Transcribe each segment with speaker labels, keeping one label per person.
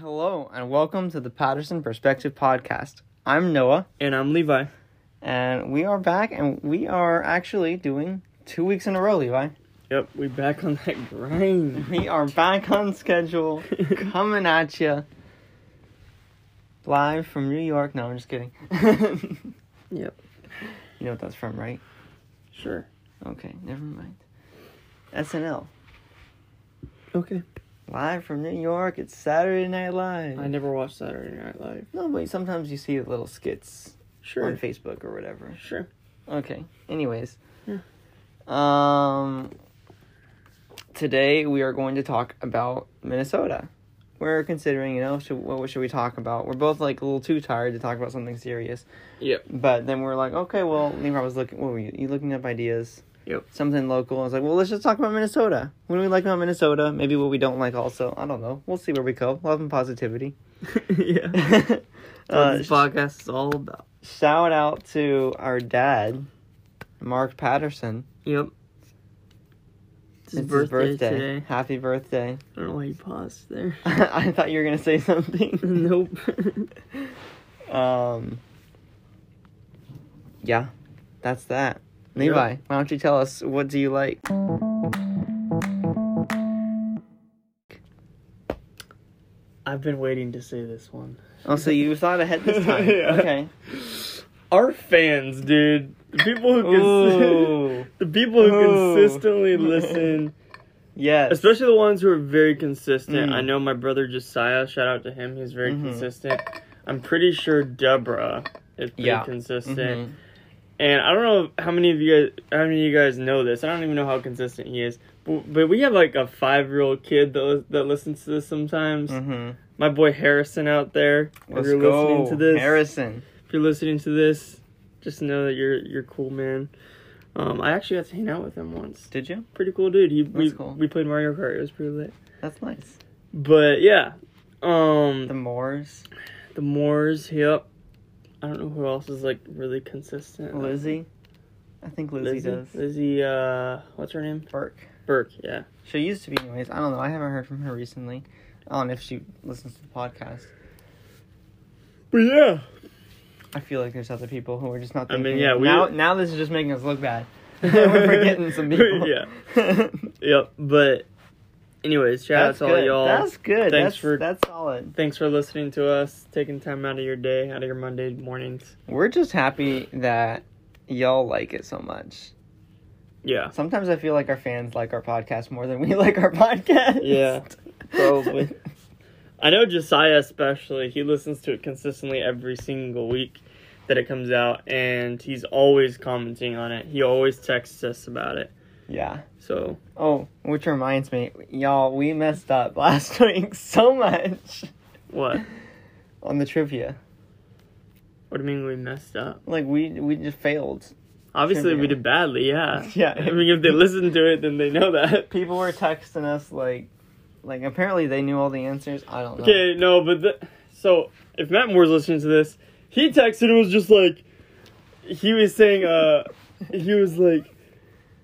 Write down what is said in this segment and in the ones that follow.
Speaker 1: and welcome to the Patterson Perspective Podcast. I'm Noah,
Speaker 2: And I'm Levi.
Speaker 1: and we are back, and we are actually doing two weeks in a row, Levi.
Speaker 2: Yep, we back on that grind.
Speaker 1: We are back on schedule, coming at you live from New York. No, I'm just kidding. you
Speaker 2: Yep.
Speaker 1: know what that's from, right?
Speaker 2: Sure.
Speaker 1: Okay, never mind. SNL,
Speaker 2: Okay.
Speaker 1: live from New York. It's Saturday Night Live.
Speaker 2: I never watched Saturday Night Live.
Speaker 1: No, but sometimes you see little skits on
Speaker 2: Sure.
Speaker 1: Facebook or whatever.
Speaker 2: Sure.
Speaker 1: Okay. Anyways.
Speaker 2: Yeah.
Speaker 1: Um today we are going to talk about Minnesota. We're considering, you know, should, what should we talk about? We're both like a little too tired to talk about something serious.
Speaker 2: Yep.
Speaker 1: But then we're like, okay, well, Levi was looking. What were you? You looking up ideas?
Speaker 2: Yep.
Speaker 1: Something local. I was like, well, let's just talk about Minnesota. What do we like about Minnesota? Maybe what we don't like. Also, I don't know. We'll see where we go. Love and positivity.
Speaker 2: yeah.
Speaker 1: Uh,
Speaker 2: this podcast is all about.
Speaker 1: shout out to our dad, Mark Patterson.
Speaker 2: Yep. It's his
Speaker 1: It's
Speaker 2: birthday, today.
Speaker 1: Happy birthday.
Speaker 2: I don't know why you paused there.
Speaker 1: I thought you were going to say something.
Speaker 2: nope.
Speaker 1: Um, yeah, that's that. Levi, why don't you tell us what do you like?
Speaker 2: I've been waiting to say this one.
Speaker 1: Oh, so you thought ahead this time.
Speaker 2: Yeah.
Speaker 1: Okay.
Speaker 2: Our fans, dude. The people who
Speaker 1: Ooh.
Speaker 2: the people who
Speaker 1: Ooh.
Speaker 2: consistently listen
Speaker 1: Yes.
Speaker 2: especially the ones who are very consistent.
Speaker 1: Mm.
Speaker 2: I know my brother Josiah. Shout out to him. He's very
Speaker 1: Mhm.
Speaker 2: consistent. I'm pretty sure Deborah is pretty
Speaker 1: Yeah.
Speaker 2: consistent.
Speaker 1: Mhm.
Speaker 2: And I don't know how many of you guys, how many of you guys know this. I don't even know how consistent he is. But, but we have like a five year old kid that, lis- that listens to this sometimes.
Speaker 1: Mhm.
Speaker 2: My boy Harrison out there.
Speaker 1: Let's
Speaker 2: if you're
Speaker 1: go,
Speaker 2: listening to this,
Speaker 1: Harrison.
Speaker 2: if you're listening to this, just know that you're you're cool, man. Um, I actually got to hang out with him once.
Speaker 1: Did you?
Speaker 2: Pretty cool dude. He we,
Speaker 1: That's cool.
Speaker 2: we played Mario Kart. It was pretty lit.
Speaker 1: That's nice.
Speaker 2: But yeah, um,
Speaker 1: The
Speaker 2: the,
Speaker 1: Moors,
Speaker 2: Moors. Yep. I don't know who else is like really consistent.
Speaker 1: Lizzie. I think Lizzie,
Speaker 2: Lizzie.
Speaker 1: does.
Speaker 2: Lizzie. Uh, what's her name?
Speaker 1: Burke.
Speaker 2: Burke. Yeah.
Speaker 1: She used to be, anyways. I don't know. I haven't heard from her recently. I don't know if she listens to the podcast.
Speaker 2: But yeah.
Speaker 1: I feel like there's other people who are just not
Speaker 2: I mean,
Speaker 1: thinking.
Speaker 2: yeah, we
Speaker 1: now,
Speaker 2: were-
Speaker 1: now this is just making us look bad. We're forgetting some people.
Speaker 2: yeah.
Speaker 1: That's
Speaker 2: Yep. But anyways, shout out to all
Speaker 1: good.
Speaker 2: y'all.
Speaker 1: That's good.
Speaker 2: Thanks
Speaker 1: that's,
Speaker 2: for-
Speaker 1: that's solid.
Speaker 2: Thanks for listening to us, taking time out of your day, out of your Monday mornings.
Speaker 1: We're just happy that y'all like it so much.
Speaker 2: Yeah.
Speaker 1: Sometimes I feel like our fans like our podcast more than we like our podcast.
Speaker 2: Yeah, probably. I know Josiah especially, he listens to it consistently every single week that it comes out and he's always commenting on it. He always texts us about it.
Speaker 1: yeah.
Speaker 2: So
Speaker 1: Oh, which reminds me, y'all, we messed up last week so much
Speaker 2: what?
Speaker 1: on the trivia.
Speaker 2: What do you mean we messed up?
Speaker 1: Like we we just failed.
Speaker 2: Obviously we
Speaker 1: Trivia.
Speaker 2: did badly, yeah.
Speaker 1: Yeah.
Speaker 2: I mean if they listen to it then they know that.
Speaker 1: people were texting us like like apparently they knew all the answers i don't know
Speaker 2: Okay, no, but the, so if Matt Moore's listening to this, he texted and was just like, he was saying, uh, he was like,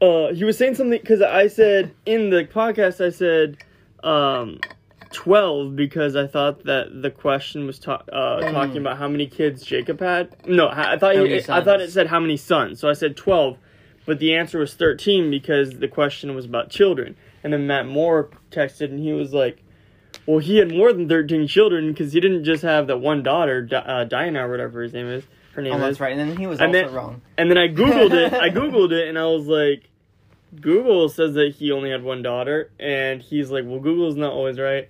Speaker 2: uh, he was saying something because I said in the podcast I said, um, twelve because I thought that the question was ta- uh, talking about how many kids Jacob had. No, I I thought
Speaker 1: Hmm. How many
Speaker 2: it, I thought it
Speaker 1: sons?
Speaker 2: said how many sons, so I said twelve, but the answer was thirteen because the question was about children. And then Matt Moore texted and he was like. Well, he had more than thirteen children because he didn't just have that one daughter, Di- uh, Diana or whatever his name is. Her name
Speaker 1: oh,
Speaker 2: is.
Speaker 1: that's right and then he was
Speaker 2: And
Speaker 1: also
Speaker 2: then-
Speaker 1: wrong
Speaker 2: And then I googled it. I googled it, and I was like, Google says that he only had one daughter, and he's like, well, Google's not always right.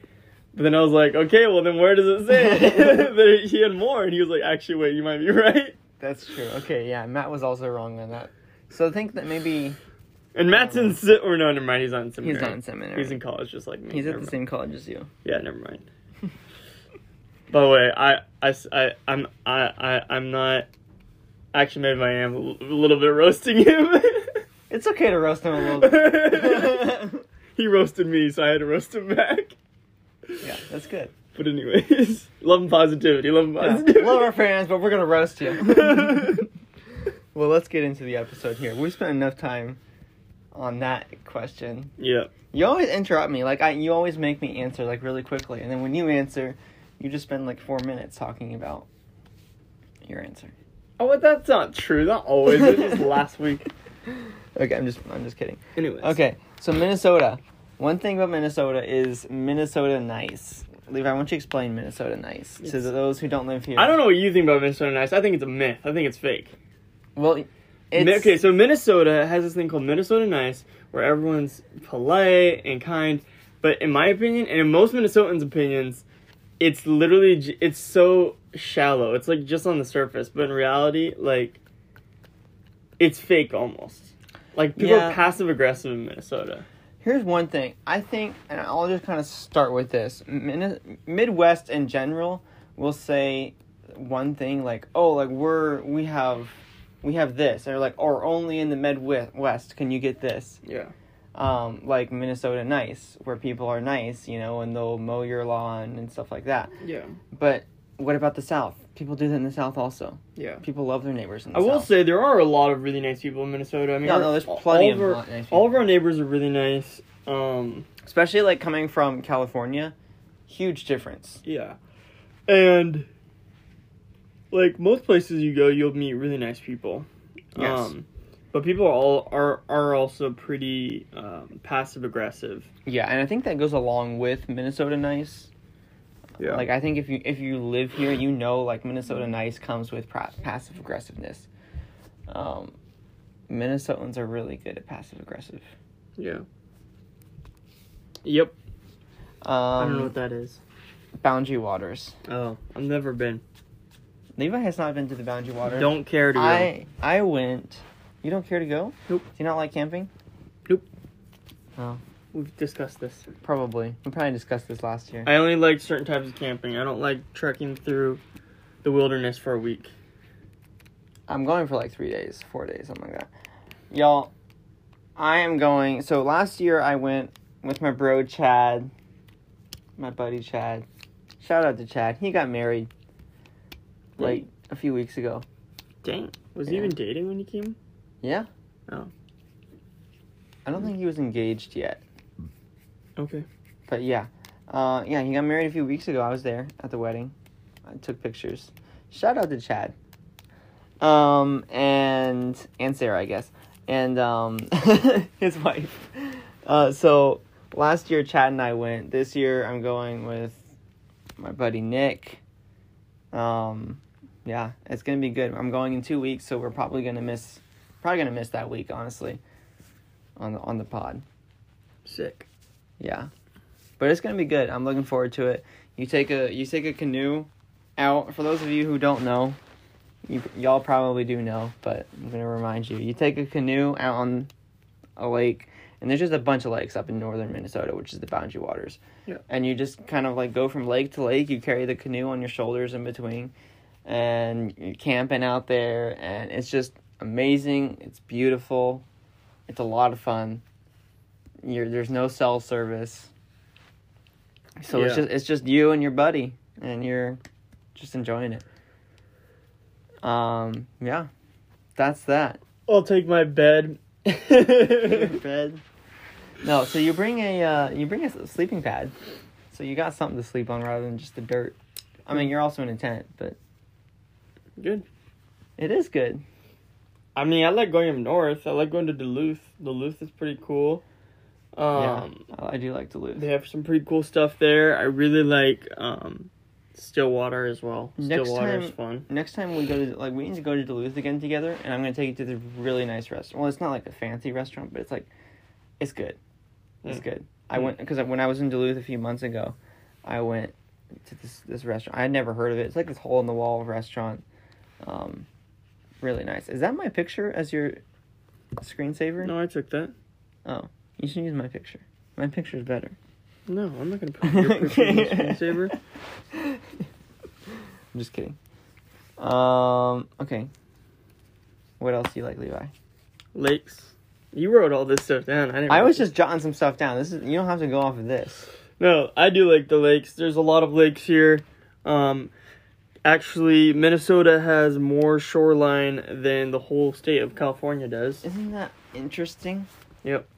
Speaker 2: But then I was like, okay, well then where does it say that he had more? And he was like, actually, wait, you might be right.
Speaker 1: that's true okay yeah matt was also wrong on that so i think that maybe
Speaker 2: And Matt's in si- or no, never mind. He's on seminary.
Speaker 1: Oh. he's not in seminary
Speaker 2: He's in college, just like me.
Speaker 1: He's at
Speaker 2: Never
Speaker 1: the
Speaker 2: mind.
Speaker 1: same college as you
Speaker 2: Yeah, never mind. By the way, I, I, s- I, am I, I, I'm not. Actually, maybe I am a l- a little bit roasting him.
Speaker 1: it's okay to roast him a little bit
Speaker 2: he roasted me, so I had to roast him back.
Speaker 1: yeah that's good
Speaker 2: But anyways, love and positivity. Love and
Speaker 1: yeah.
Speaker 2: positivity.
Speaker 1: love our fans but we're gonna roast you well let's get into the episode here we spent enough time on that question
Speaker 2: yeah.
Speaker 1: You always interrupt me. Like I, you always make me answer like really quickly, and then when you answer, You just spend like four minutes talking about your answer.
Speaker 2: Oh, but that's not true. Not always. It was last week.
Speaker 1: Okay, I'm just I'm just kidding.
Speaker 2: Anyways.
Speaker 1: Okay, so Minnesota. One thing about Minnesota is Minnesota nice. Levi, why don't you explain Minnesota nice to
Speaker 2: It's-
Speaker 1: those who don't live here?
Speaker 2: I don't know what you think about Minnesota Nice. I think it's a myth. I think it's fake.
Speaker 1: Well, it's,
Speaker 2: Mi- okay, so Minnesota has this thing called Minnesota Nice, where everyone's polite and kind. But in my opinion, and in most Minnesotans' opinions, it's literally j- it's so shallow. It's like just on the surface, but in reality, like it's fake almost. Like people
Speaker 1: Yeah.
Speaker 2: are passive aggressive in Minnesota.
Speaker 1: Here's one thing. I think, and I'll just kind of start with this. Min- Midwest in general will say one thing like, "Oh, like we're we have we have this," or like, "Or only in the Midwest can you get this."
Speaker 2: Yeah.
Speaker 1: Um, like Minnesota nice, where people are nice, you know, and they'll mow your lawn and stuff like that.
Speaker 2: Yeah.
Speaker 1: But what about the South? People do that in the South also.
Speaker 2: Yeah.
Speaker 1: People love their neighbors in the
Speaker 2: I will
Speaker 1: South.
Speaker 2: say there are a lot of really nice people in Minnesota. I mean,
Speaker 1: No,
Speaker 2: our-
Speaker 1: no, there's plenty
Speaker 2: all
Speaker 1: of
Speaker 2: our,
Speaker 1: lot nice
Speaker 2: all of our neighbors are really nice. Um,
Speaker 1: Especially like coming from California, huge difference.
Speaker 2: yeah, and like most places you go, you'll meet really nice people.
Speaker 1: Yes.
Speaker 2: Um, but people are all are are also pretty um, passive aggressive.
Speaker 1: Yeah, and I think that goes along with Minnesota nice. Like I think if you if you live here, you know like Minnesota nice comes with pro- passive aggressiveness. Um, Minnesotans are really good at passive aggressive.
Speaker 2: yeah. Yep.
Speaker 1: Um,
Speaker 2: I don't know what that is.
Speaker 1: Boundary waters.
Speaker 2: Oh, I've never been.
Speaker 1: Levi has not been to the boundary water.
Speaker 2: Don't care to. go.
Speaker 1: I I went. You don't care to go?
Speaker 2: Nope.
Speaker 1: Do you not like camping?
Speaker 2: We've discussed this.
Speaker 1: Probably. We probably discussed this last year.
Speaker 2: I only like certain types of camping. I don't like trekking through the wilderness for a week.
Speaker 1: I'm going for like three days, four days, something like that. Y'all, I am going. So last year I went with my bro Chad, my buddy Chad. Shout out to Chad. He got married like a few weeks ago.
Speaker 2: Dang. Was
Speaker 1: Yeah.
Speaker 2: he even dating when he came?
Speaker 1: Yeah?
Speaker 2: Oh.
Speaker 1: I don't think he was engaged yet.
Speaker 2: Okay.
Speaker 1: But yeah. Uh, yeah, he got married a few weeks ago. I was there at the wedding. I took pictures. Shout out to Chad. Um, and and Sarah, I guess. And um his wife. Uh so last year Chad and I went. This year I'm going with my buddy Nick. Um yeah, it's gonna be good. I'm going in two weeks, so we're probably gonna miss probably gonna miss that week, honestly. On the on the pod.
Speaker 2: Sick.
Speaker 1: Yeah, but it's gonna be good. I'm looking forward to it. You take a you take a canoe out. For those of you who don't know, you y'all probably do know, but I'm gonna remind you. You take a canoe out on a lake, and there's just a bunch of lakes up in northern Minnesota, which is the Boundary Waters.
Speaker 2: Yeah.
Speaker 1: And you just kind of like go from lake to lake. You carry the canoe on your shoulders in between, and you're camping out there, and it's just amazing. It's beautiful. It's a lot of fun you're, there's no cell service. So it's
Speaker 2: Yeah.
Speaker 1: just it's just you and your buddy, and you're just enjoying it. Um, yeah, that's that.
Speaker 2: I'll take my bed.
Speaker 1: Bed. No, so you bring a uh, you bring a s- sleeping pad, so you got something to sleep on rather than just the dirt. I mean, you're also in a tent, but
Speaker 2: Good.
Speaker 1: it is good.
Speaker 2: I mean, I like going up north. I like going to Duluth. Duluth is pretty cool. Um,
Speaker 1: yeah, I, I do like Duluth.
Speaker 2: They have some pretty cool stuff there. I really like um, Stillwater as well.
Speaker 1: Next
Speaker 2: Stillwater is
Speaker 1: time-
Speaker 2: fun.
Speaker 1: Next time we go to like we need to go to Duluth again together, and I'm gonna take you to the really nice restaurant. Well, it's not like a fancy restaurant, but it's like, it's good, it's
Speaker 2: Mm.
Speaker 1: good. I
Speaker 2: Mm.
Speaker 1: went because when I was in Duluth a few months ago, I went to this this restaurant. I had never heard of it. It's like this hole in the wall restaurant. Um, really nice. Is that my picture as your screensaver?
Speaker 2: No, I took that.
Speaker 1: You should use my picture. My picture's better.
Speaker 2: No, I'm not gonna put your picture in the screensaver.
Speaker 1: I'm just kidding. Um. Okay. What else do you like, Levi?
Speaker 2: Lakes. You wrote all this stuff down. I didn't.
Speaker 1: I
Speaker 2: write
Speaker 1: was
Speaker 2: this.
Speaker 1: just jotting some stuff down. This is you don't have to go off of this.
Speaker 2: No, I do like the lakes. There's a lot of lakes here. Um, actually, Minnesota has more shoreline than the whole state of California does.
Speaker 1: Isn't that interesting?
Speaker 2: Yep.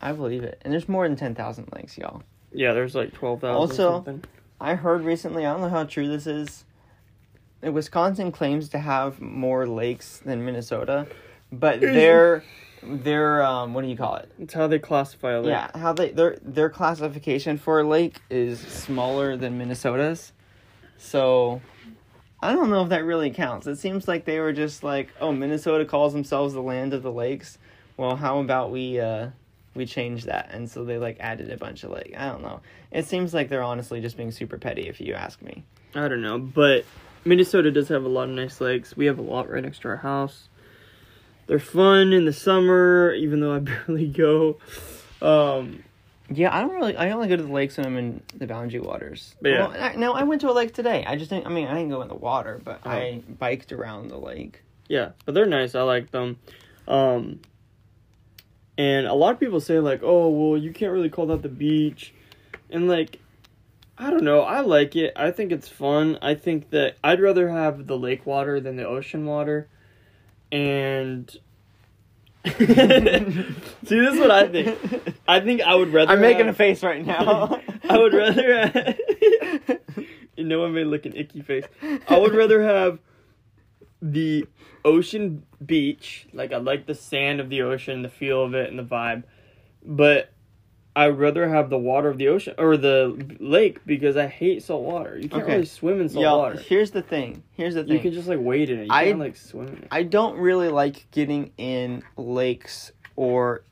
Speaker 1: I believe it. And there's more than ten thousand likes, y'all.
Speaker 2: Yeah, there's like twelve thousand.
Speaker 1: Also-
Speaker 2: something.
Speaker 1: I heard recently, I don't know how true this is. that Wisconsin claims to have more lakes than Minnesota, but their their um what do you call it?
Speaker 2: It's how they classify it.
Speaker 1: Yeah, how they their their classification for a lake is smaller than Minnesota's. So I don't know if that really counts. It seems like they were just like, oh, Minnesota calls themselves the land of the lakes. Well, how about we uh we change that? And so they like added a bunch of like I don't know. It seems like they're honestly just being super petty if you ask me.
Speaker 2: I don't know, but Minnesota does have a lot of nice lakes. We have a lot right next to our house. They're fun in the summer, even though I barely go. Um,
Speaker 1: Yeah, I don't really. I only go to the lakes when I'm in the Boundary Waters.
Speaker 2: Yeah.
Speaker 1: Well, I, no, I went to a lake today. I just didn't. I mean, I didn't go in the water, but I biked around the lake.
Speaker 2: yeah, but they're nice. I like them. Um, and a lot of people say like, "Oh, well, you can't really call that the beach," and like, I don't know. I like it. I think it's fun. I think that I'd rather have the lake water than the ocean water, and. See, this is what I think. I think I would rather.
Speaker 1: I'm making a
Speaker 2: have-
Speaker 1: face right now.
Speaker 2: I would rather. Have, no one may look an icky face. I would rather have the ocean beach. Like I like the sand of the ocean, the feel of it, and the vibe. But I'd rather have the water of the ocean or the lake because I hate salt water. You can't
Speaker 1: Okay.
Speaker 2: really swim in salt
Speaker 1: Y'all,
Speaker 2: water.
Speaker 1: here's the thing. Here's the
Speaker 2: You
Speaker 1: thing.
Speaker 2: can just like wade in it. You
Speaker 1: I-
Speaker 2: can't like swim in it.
Speaker 1: I don't really like getting in lakes or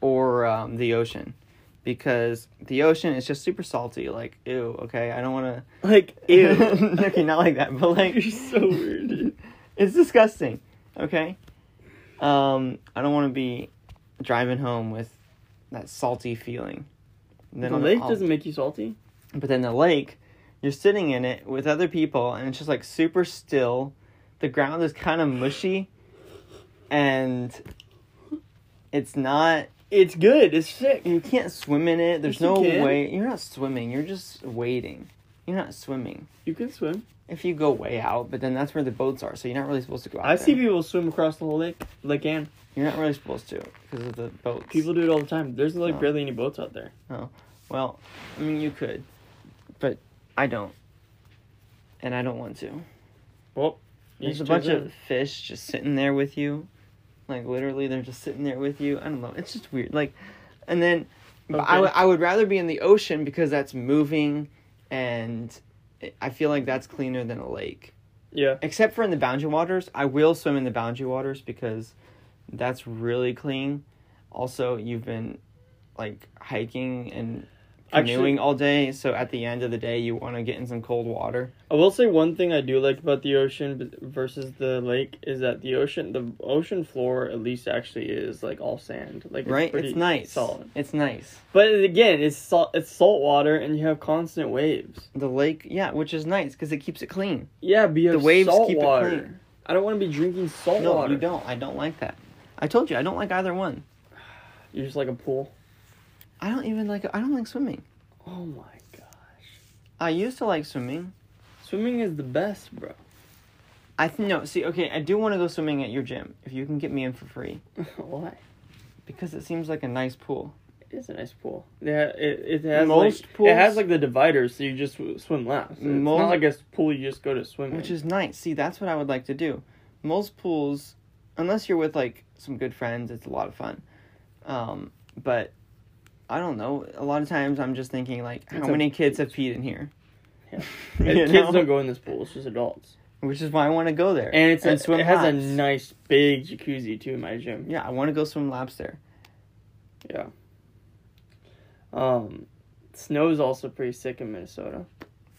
Speaker 1: or um, the ocean because the ocean is just super salty. Like, ew. Okay, I don't want to.
Speaker 2: Like
Speaker 1: Ew.
Speaker 2: ew.
Speaker 1: okay, not like that, but like.
Speaker 2: You're so weird. dude.
Speaker 1: It's disgusting. Okay. Um, I don't want to be driving home with that salty feeling. And
Speaker 2: The
Speaker 1: on
Speaker 2: lake
Speaker 1: I'll-
Speaker 2: doesn't make you salty.
Speaker 1: But then the lake, you're sitting in it with other people, and it's just like super still. The ground is kind of mushy, and it's not.
Speaker 2: It's good. It's sick.
Speaker 1: You can't swim in it. There's
Speaker 2: Yes, you
Speaker 1: no
Speaker 2: can.
Speaker 1: way. You're not swimming. You're just waiting. You're not swimming.
Speaker 2: You can swim.
Speaker 1: If you go way out, but then that's where the boats are, so you're not really supposed to go out.
Speaker 2: I
Speaker 1: there.
Speaker 2: see people swim across the whole lake, Lake Anne.
Speaker 1: You're not really supposed to because of the boats.
Speaker 2: People do it all the time. There's like
Speaker 1: Oh.
Speaker 2: barely any boats out there.
Speaker 1: Well, I mean, you could, but I don't, and I don't want to.
Speaker 2: Well,
Speaker 1: There's a bunch of fish just sitting there with you, like literally, they're just sitting there with you. I don't know. It's just weird. Like, and then, but I
Speaker 2: Okay.
Speaker 1: would- I would rather be in the ocean because that's moving, and it- I feel like that's cleaner than a lake.
Speaker 2: yeah.
Speaker 1: Except for in the boundary waters, I will swim in the boundary waters because that's really clean. Also, you've been like hiking and
Speaker 2: Actually-
Speaker 1: canoeing all day, so at the end of the day, you want to get in some cold water.
Speaker 2: I will say one thing I do like about the ocean b- versus the lake is that the ocean, the ocean floor at least actually is like all sand. Like
Speaker 1: right?
Speaker 2: pretty
Speaker 1: It's nice.
Speaker 2: solid.
Speaker 1: It's nice.
Speaker 2: But again, it's salt. It's salt water, and you have constant waves.
Speaker 1: The lake, yeah, which is nice because it keeps it clean.
Speaker 2: Yeah, but you
Speaker 1: The
Speaker 2: have
Speaker 1: waves
Speaker 2: salt
Speaker 1: keep
Speaker 2: water.
Speaker 1: it clean.
Speaker 2: I don't want to be drinking salt
Speaker 1: No,
Speaker 2: water.
Speaker 1: you don't. I don't like that. I told you I don't like either one.
Speaker 2: You're just like a pool.
Speaker 1: I don't even like. I don't like swimming.
Speaker 2: Oh my god.
Speaker 1: I used to like swimming.
Speaker 2: Swimming is the best, bro.
Speaker 1: I th- no. See, okay, I do want to go swimming at your gym if you can get me in for free
Speaker 2: Why?
Speaker 1: because it seems like a nice pool.
Speaker 2: It is a nice pool. Yeah, it, it has
Speaker 1: Most
Speaker 2: like,
Speaker 1: pools-
Speaker 2: It has like the dividers, so you just w- swim laps. It's
Speaker 1: Most-
Speaker 2: not like a s- pool you just go to swim. in.
Speaker 1: Which is nice. See, that's what I would like to do. Most pools, unless you're with like some good friends, it's a lot of fun. Um, but I don't know. A lot of times I'm just thinking like, how
Speaker 2: It's a-
Speaker 1: many kids have peed in here?
Speaker 2: Yeah.
Speaker 1: You
Speaker 2: And kids
Speaker 1: know?
Speaker 2: don't go in this pool. It's just adults.
Speaker 1: Which is why I want to go there
Speaker 2: And it's a, it has a
Speaker 1: laps.
Speaker 2: nice big jacuzzi too in my gym.
Speaker 1: yeah. I want to go swim laps there.
Speaker 2: Yeah. Um, snow is also pretty sick in Minnesota.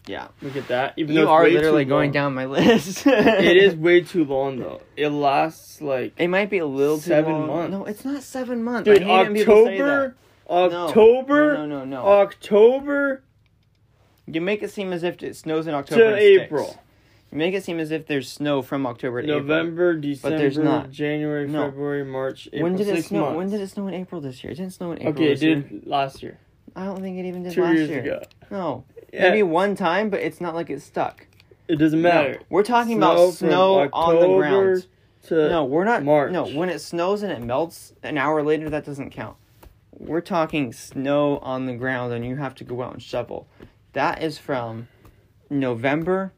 Speaker 1: Yeah.
Speaker 2: Look at that. Even though
Speaker 1: You
Speaker 2: it's
Speaker 1: are
Speaker 2: way too
Speaker 1: literally going
Speaker 2: long.
Speaker 1: down my list.
Speaker 2: It is way too long though. It lasts like
Speaker 1: It might be a little too
Speaker 2: Seven
Speaker 1: long.
Speaker 2: months.
Speaker 1: No, it's not seven months.
Speaker 2: dude
Speaker 1: I hate when people say that.
Speaker 2: October, October,
Speaker 1: No, no, no, no.
Speaker 2: October
Speaker 1: you make it seem as if it snows in October.
Speaker 2: to
Speaker 1: and sticks.
Speaker 2: April.
Speaker 1: You make it seem as if there's snow from October to April.
Speaker 2: November, December,
Speaker 1: there's not.
Speaker 2: January,
Speaker 1: No.
Speaker 2: February, March, April.
Speaker 1: when did it
Speaker 2: six
Speaker 1: snow?
Speaker 2: months.
Speaker 1: When did it snow in April this year? It didn't snow in April.
Speaker 2: Okay, it
Speaker 1: this year.
Speaker 2: did last year,
Speaker 1: I don't think it even did
Speaker 2: two
Speaker 1: last
Speaker 2: years
Speaker 1: year.
Speaker 2: ago.
Speaker 1: No,
Speaker 2: Yeah,
Speaker 1: maybe one time, but it's not like it's stuck.
Speaker 2: it doesn't matter.
Speaker 1: No, we're talking
Speaker 2: Snow
Speaker 1: about
Speaker 2: from
Speaker 1: snow on the
Speaker 2: October
Speaker 1: ground.
Speaker 2: To
Speaker 1: No, we're not.
Speaker 2: March.
Speaker 1: No, when it snows and it melts an hour later, that doesn't count. We're talking snow on the ground, and you have to go out and shovel. That is from November,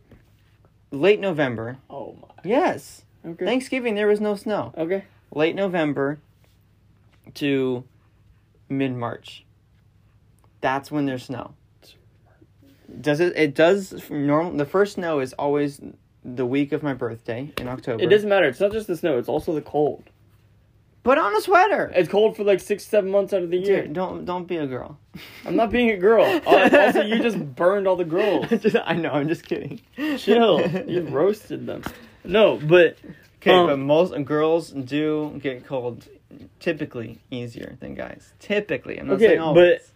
Speaker 1: late November.
Speaker 2: Oh my.
Speaker 1: Yes.
Speaker 2: Okay.
Speaker 1: Thanksgiving, there was no snow.
Speaker 2: okay.
Speaker 1: Late November to mid March. That's when there's snow. Does it? It does. Normal. The first snow is always the week of my birthday in October.
Speaker 2: It doesn't matter. It's not just the snow. It's also the cold.
Speaker 1: Put on a sweater.
Speaker 2: It's cold for like six, seven months out of the year.
Speaker 1: Dude, don't don't be a girl.
Speaker 2: I'm not being a girl. Uh, also, you just burned all the girls.
Speaker 1: Just- I know. I'm just kidding.
Speaker 2: Chill. You roasted them. No, but
Speaker 1: Okay,
Speaker 2: Um,
Speaker 1: but most girls do get cold typically easier than guys. Typically, I'm not
Speaker 2: Okay,
Speaker 1: saying always.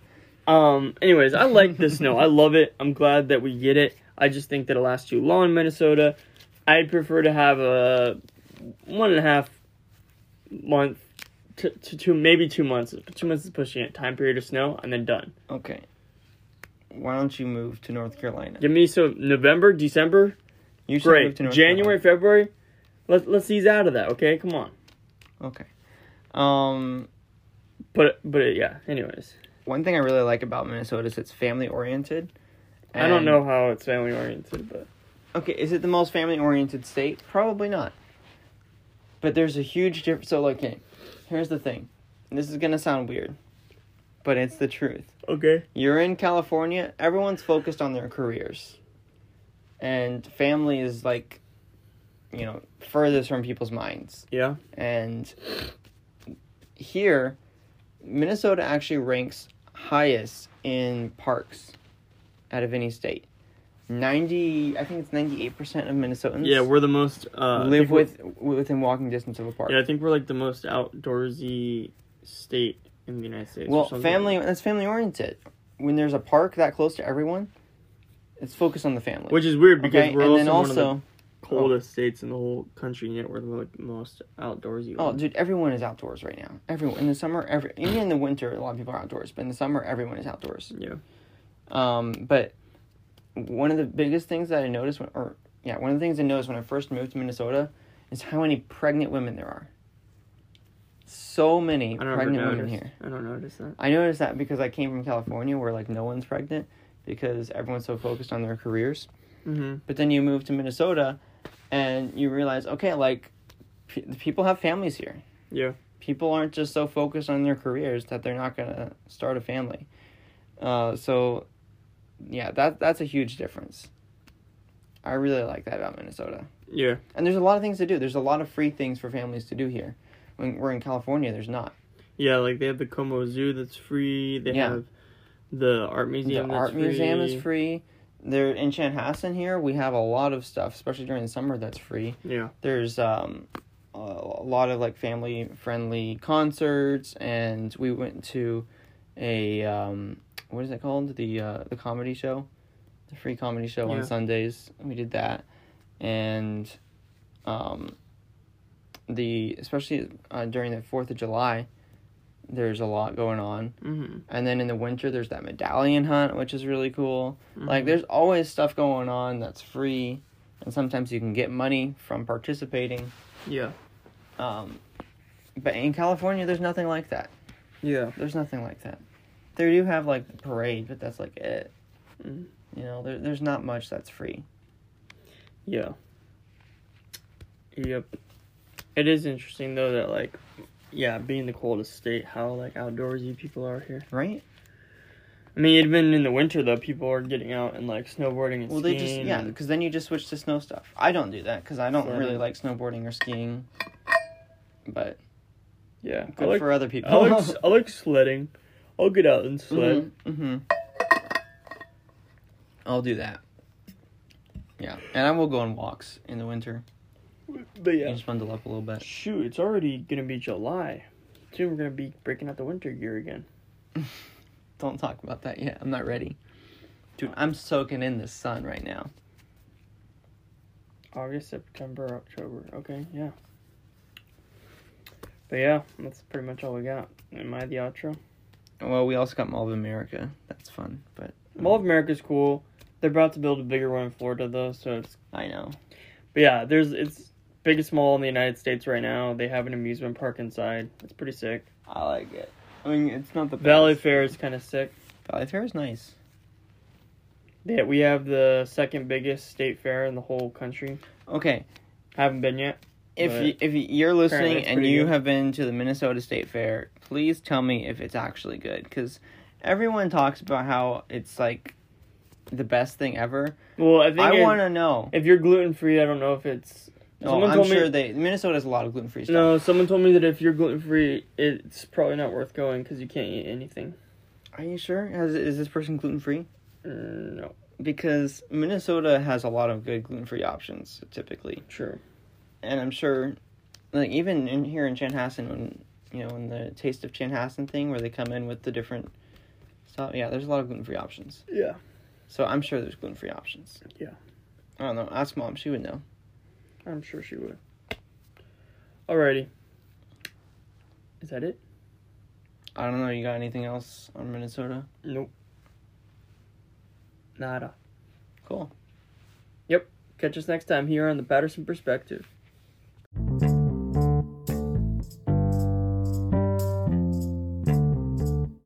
Speaker 2: um. Anyways, I like the snow. I love it. I'm glad that we get it. I just think that it lasts too long in Minnesota. I'd prefer to have a one and a half month to, to two, maybe two months. Two months is pushing it. Time period of snow, and then done.
Speaker 1: Okay. Why don't you move to North Carolina?
Speaker 2: Give me so November, December,
Speaker 1: You should move
Speaker 2: great.
Speaker 1: to North
Speaker 2: January, February. Let's let's ease out of that. Okay, come on.
Speaker 1: Carolina. Okay. Um,
Speaker 2: But but uh, yeah. Anyways,
Speaker 1: one thing I really like about Minnesota is it's family oriented.
Speaker 2: I don't know how it's family oriented, but
Speaker 1: Okay, is it the most family oriented state? Probably not. But there's a huge difference. So, okay, here's the thing. And This is gonna sound weird, but it's the truth.
Speaker 2: okay.
Speaker 1: you're in California, everyone's focused on their careers. And family is like, you know, furthest from people's minds.
Speaker 2: Yeah.
Speaker 1: And here, Minnesota actually ranks highest in parks out of any state. 90, I think it's 98% of Minnesotans
Speaker 2: Yeah, we're the most uh, I
Speaker 1: live
Speaker 2: think we're-
Speaker 1: with within walking distance of a park.
Speaker 2: Yeah, I think we're like the most outdoorsy state in the United States. or
Speaker 1: Well,
Speaker 2: something.
Speaker 1: family, that's family oriented. When there's a park that close to everyone, it's focused on the family.
Speaker 2: which is weird because
Speaker 1: okay,
Speaker 2: we're
Speaker 1: and then
Speaker 2: also, one of
Speaker 1: also, oh.
Speaker 2: the coldest states in the whole country, and yet we're the like, most outdoorsy.
Speaker 1: oh,
Speaker 2: one.
Speaker 1: dude, everyone is outdoors right now. Everyone in the summer, every even in the winter, a lot of people are outdoors. But in the summer, everyone is outdoors.
Speaker 2: yeah,
Speaker 1: Um, but one of the biggest things that I noticed, when, or yeah, one of the things I noticed when I first moved to Minnesota is how many pregnant women there are. So many
Speaker 2: I don't ever
Speaker 1: pregnant women
Speaker 2: notice.
Speaker 1: here.
Speaker 2: I don't notice that.
Speaker 1: I noticed that because I came from California, where like no one's pregnant because everyone's so focused on their careers.
Speaker 2: hmm
Speaker 1: But then you move to Minnesota, and you realize, okay, like p- people have families here
Speaker 2: Yeah,
Speaker 1: people aren't just so focused on their careers that they're not gonna start a family. Uh, so, yeah, that that's a huge difference. I really like that about Minnesota,
Speaker 2: yeah.
Speaker 1: and there's a lot of things to do. There's a lot of free things for families to do here. When we're in California, there's not
Speaker 2: Yeah, like they have the Como Zoo that's free. They
Speaker 1: Yeah.
Speaker 2: have the art museum.
Speaker 1: the
Speaker 2: that's
Speaker 1: art museum is
Speaker 2: free.
Speaker 1: free. There in Chanhassen here, we have a lot of stuff, especially during the summer, that's free.
Speaker 2: Yeah,
Speaker 1: There's um, a a lot of like family friendly concerts, and we went to a um, what is it called? The uh, the comedy show, the free comedy show
Speaker 2: Yeah.
Speaker 1: on Sundays. We did that, and um, the especially uh, during the Fourth of July, there's a lot going on.
Speaker 2: mm-hmm.
Speaker 1: And then in the winter, there's that medallion hunt, which is really cool.
Speaker 2: Mm-hmm.
Speaker 1: Like, there's always stuff going on that's free, and sometimes you can get money from participating.
Speaker 2: yeah,
Speaker 1: Um, but in California, there's nothing like that.
Speaker 2: yeah.
Speaker 1: There's nothing like that. They do have like the parade, but that's like it.
Speaker 2: Mm.
Speaker 1: You know, there, there's not much that's free.
Speaker 2: Yeah. Yep. It is interesting though that like, yeah, being the coldest state, how like outdoorsy people are here.
Speaker 1: Right?
Speaker 2: I mean, even in the winter though, people are getting out and like snowboarding and
Speaker 1: Well, they
Speaker 2: skiing.
Speaker 1: just, yeah,
Speaker 2: and-
Speaker 1: because then you just switch to snow stuff. I don't do that because I don't
Speaker 2: Yeah.
Speaker 1: really like snowboarding or skiing. But
Speaker 2: yeah. I
Speaker 1: good
Speaker 2: like,
Speaker 1: for other
Speaker 2: I
Speaker 1: people.
Speaker 2: like s- I like sledding. I'll get out and sled.
Speaker 1: hmm I'll do that. Yeah, and I will go on walks in the winter.
Speaker 2: But yeah,
Speaker 1: Just bundle up a little bit.
Speaker 2: shoot, it's already gonna be July. Soon we're gonna be breaking out the winter gear again.
Speaker 1: Don't talk about that yet. I'm not ready. Dude, I'm soaking in the sun right now.
Speaker 2: August, September, October. Okay, yeah. But yeah, that's pretty much all we got. Am I the outro?
Speaker 1: Well, we also got Mall of America. That's fun, but
Speaker 2: Mall of America's cool. They're about to build a bigger one in Florida though, so it's
Speaker 1: I know.
Speaker 2: but yeah, there's it's biggest mall in the United States right now. They have an amusement park inside. It's pretty sick.
Speaker 1: I like it. I mean, it's not the
Speaker 2: Valley
Speaker 1: best.
Speaker 2: Fair is kind of sick.
Speaker 1: Valley Fair is nice.
Speaker 2: that we have the second biggest state fair in the whole country.
Speaker 1: Okay,
Speaker 2: Haven't been yet.
Speaker 1: if
Speaker 2: But
Speaker 1: you, if you're listening
Speaker 2: it's
Speaker 1: and
Speaker 2: pretty
Speaker 1: you
Speaker 2: good.
Speaker 1: have been to the Minnesota State Fair, please tell me if it's actually good because everyone talks about how it's like the best thing ever.
Speaker 2: Well, I think
Speaker 1: I
Speaker 2: it-
Speaker 1: want to know.
Speaker 2: if you're gluten free, I don't know if it's.
Speaker 1: Oh,
Speaker 2: someone
Speaker 1: I'm
Speaker 2: told me-
Speaker 1: sure they Minnesota has a lot of gluten free stuff.
Speaker 2: No, someone told me that if you're gluten free, it's probably not worth going because you can't eat anything.
Speaker 1: Are you sure? Has, is this person gluten free?
Speaker 2: Mm, No,
Speaker 1: Because Minnesota has a lot of good gluten free options typically,
Speaker 2: true.
Speaker 1: and I'm sure, like even in here in Chanhassen, when you know in the Taste of Chanhassen thing where they come in with the different stuff. Yeah, there's a lot of gluten free options.
Speaker 2: Yeah.
Speaker 1: So I'm sure there's gluten free options.
Speaker 2: Yeah.
Speaker 1: I don't know. Ask mom. She would know.
Speaker 2: I'm sure she would. Alrighty. Is that it?
Speaker 1: I don't know. You got anything else on Minnesota?
Speaker 2: Nope. Nada.
Speaker 1: Cool.
Speaker 2: Catch us next time here on the Patterson Perspective.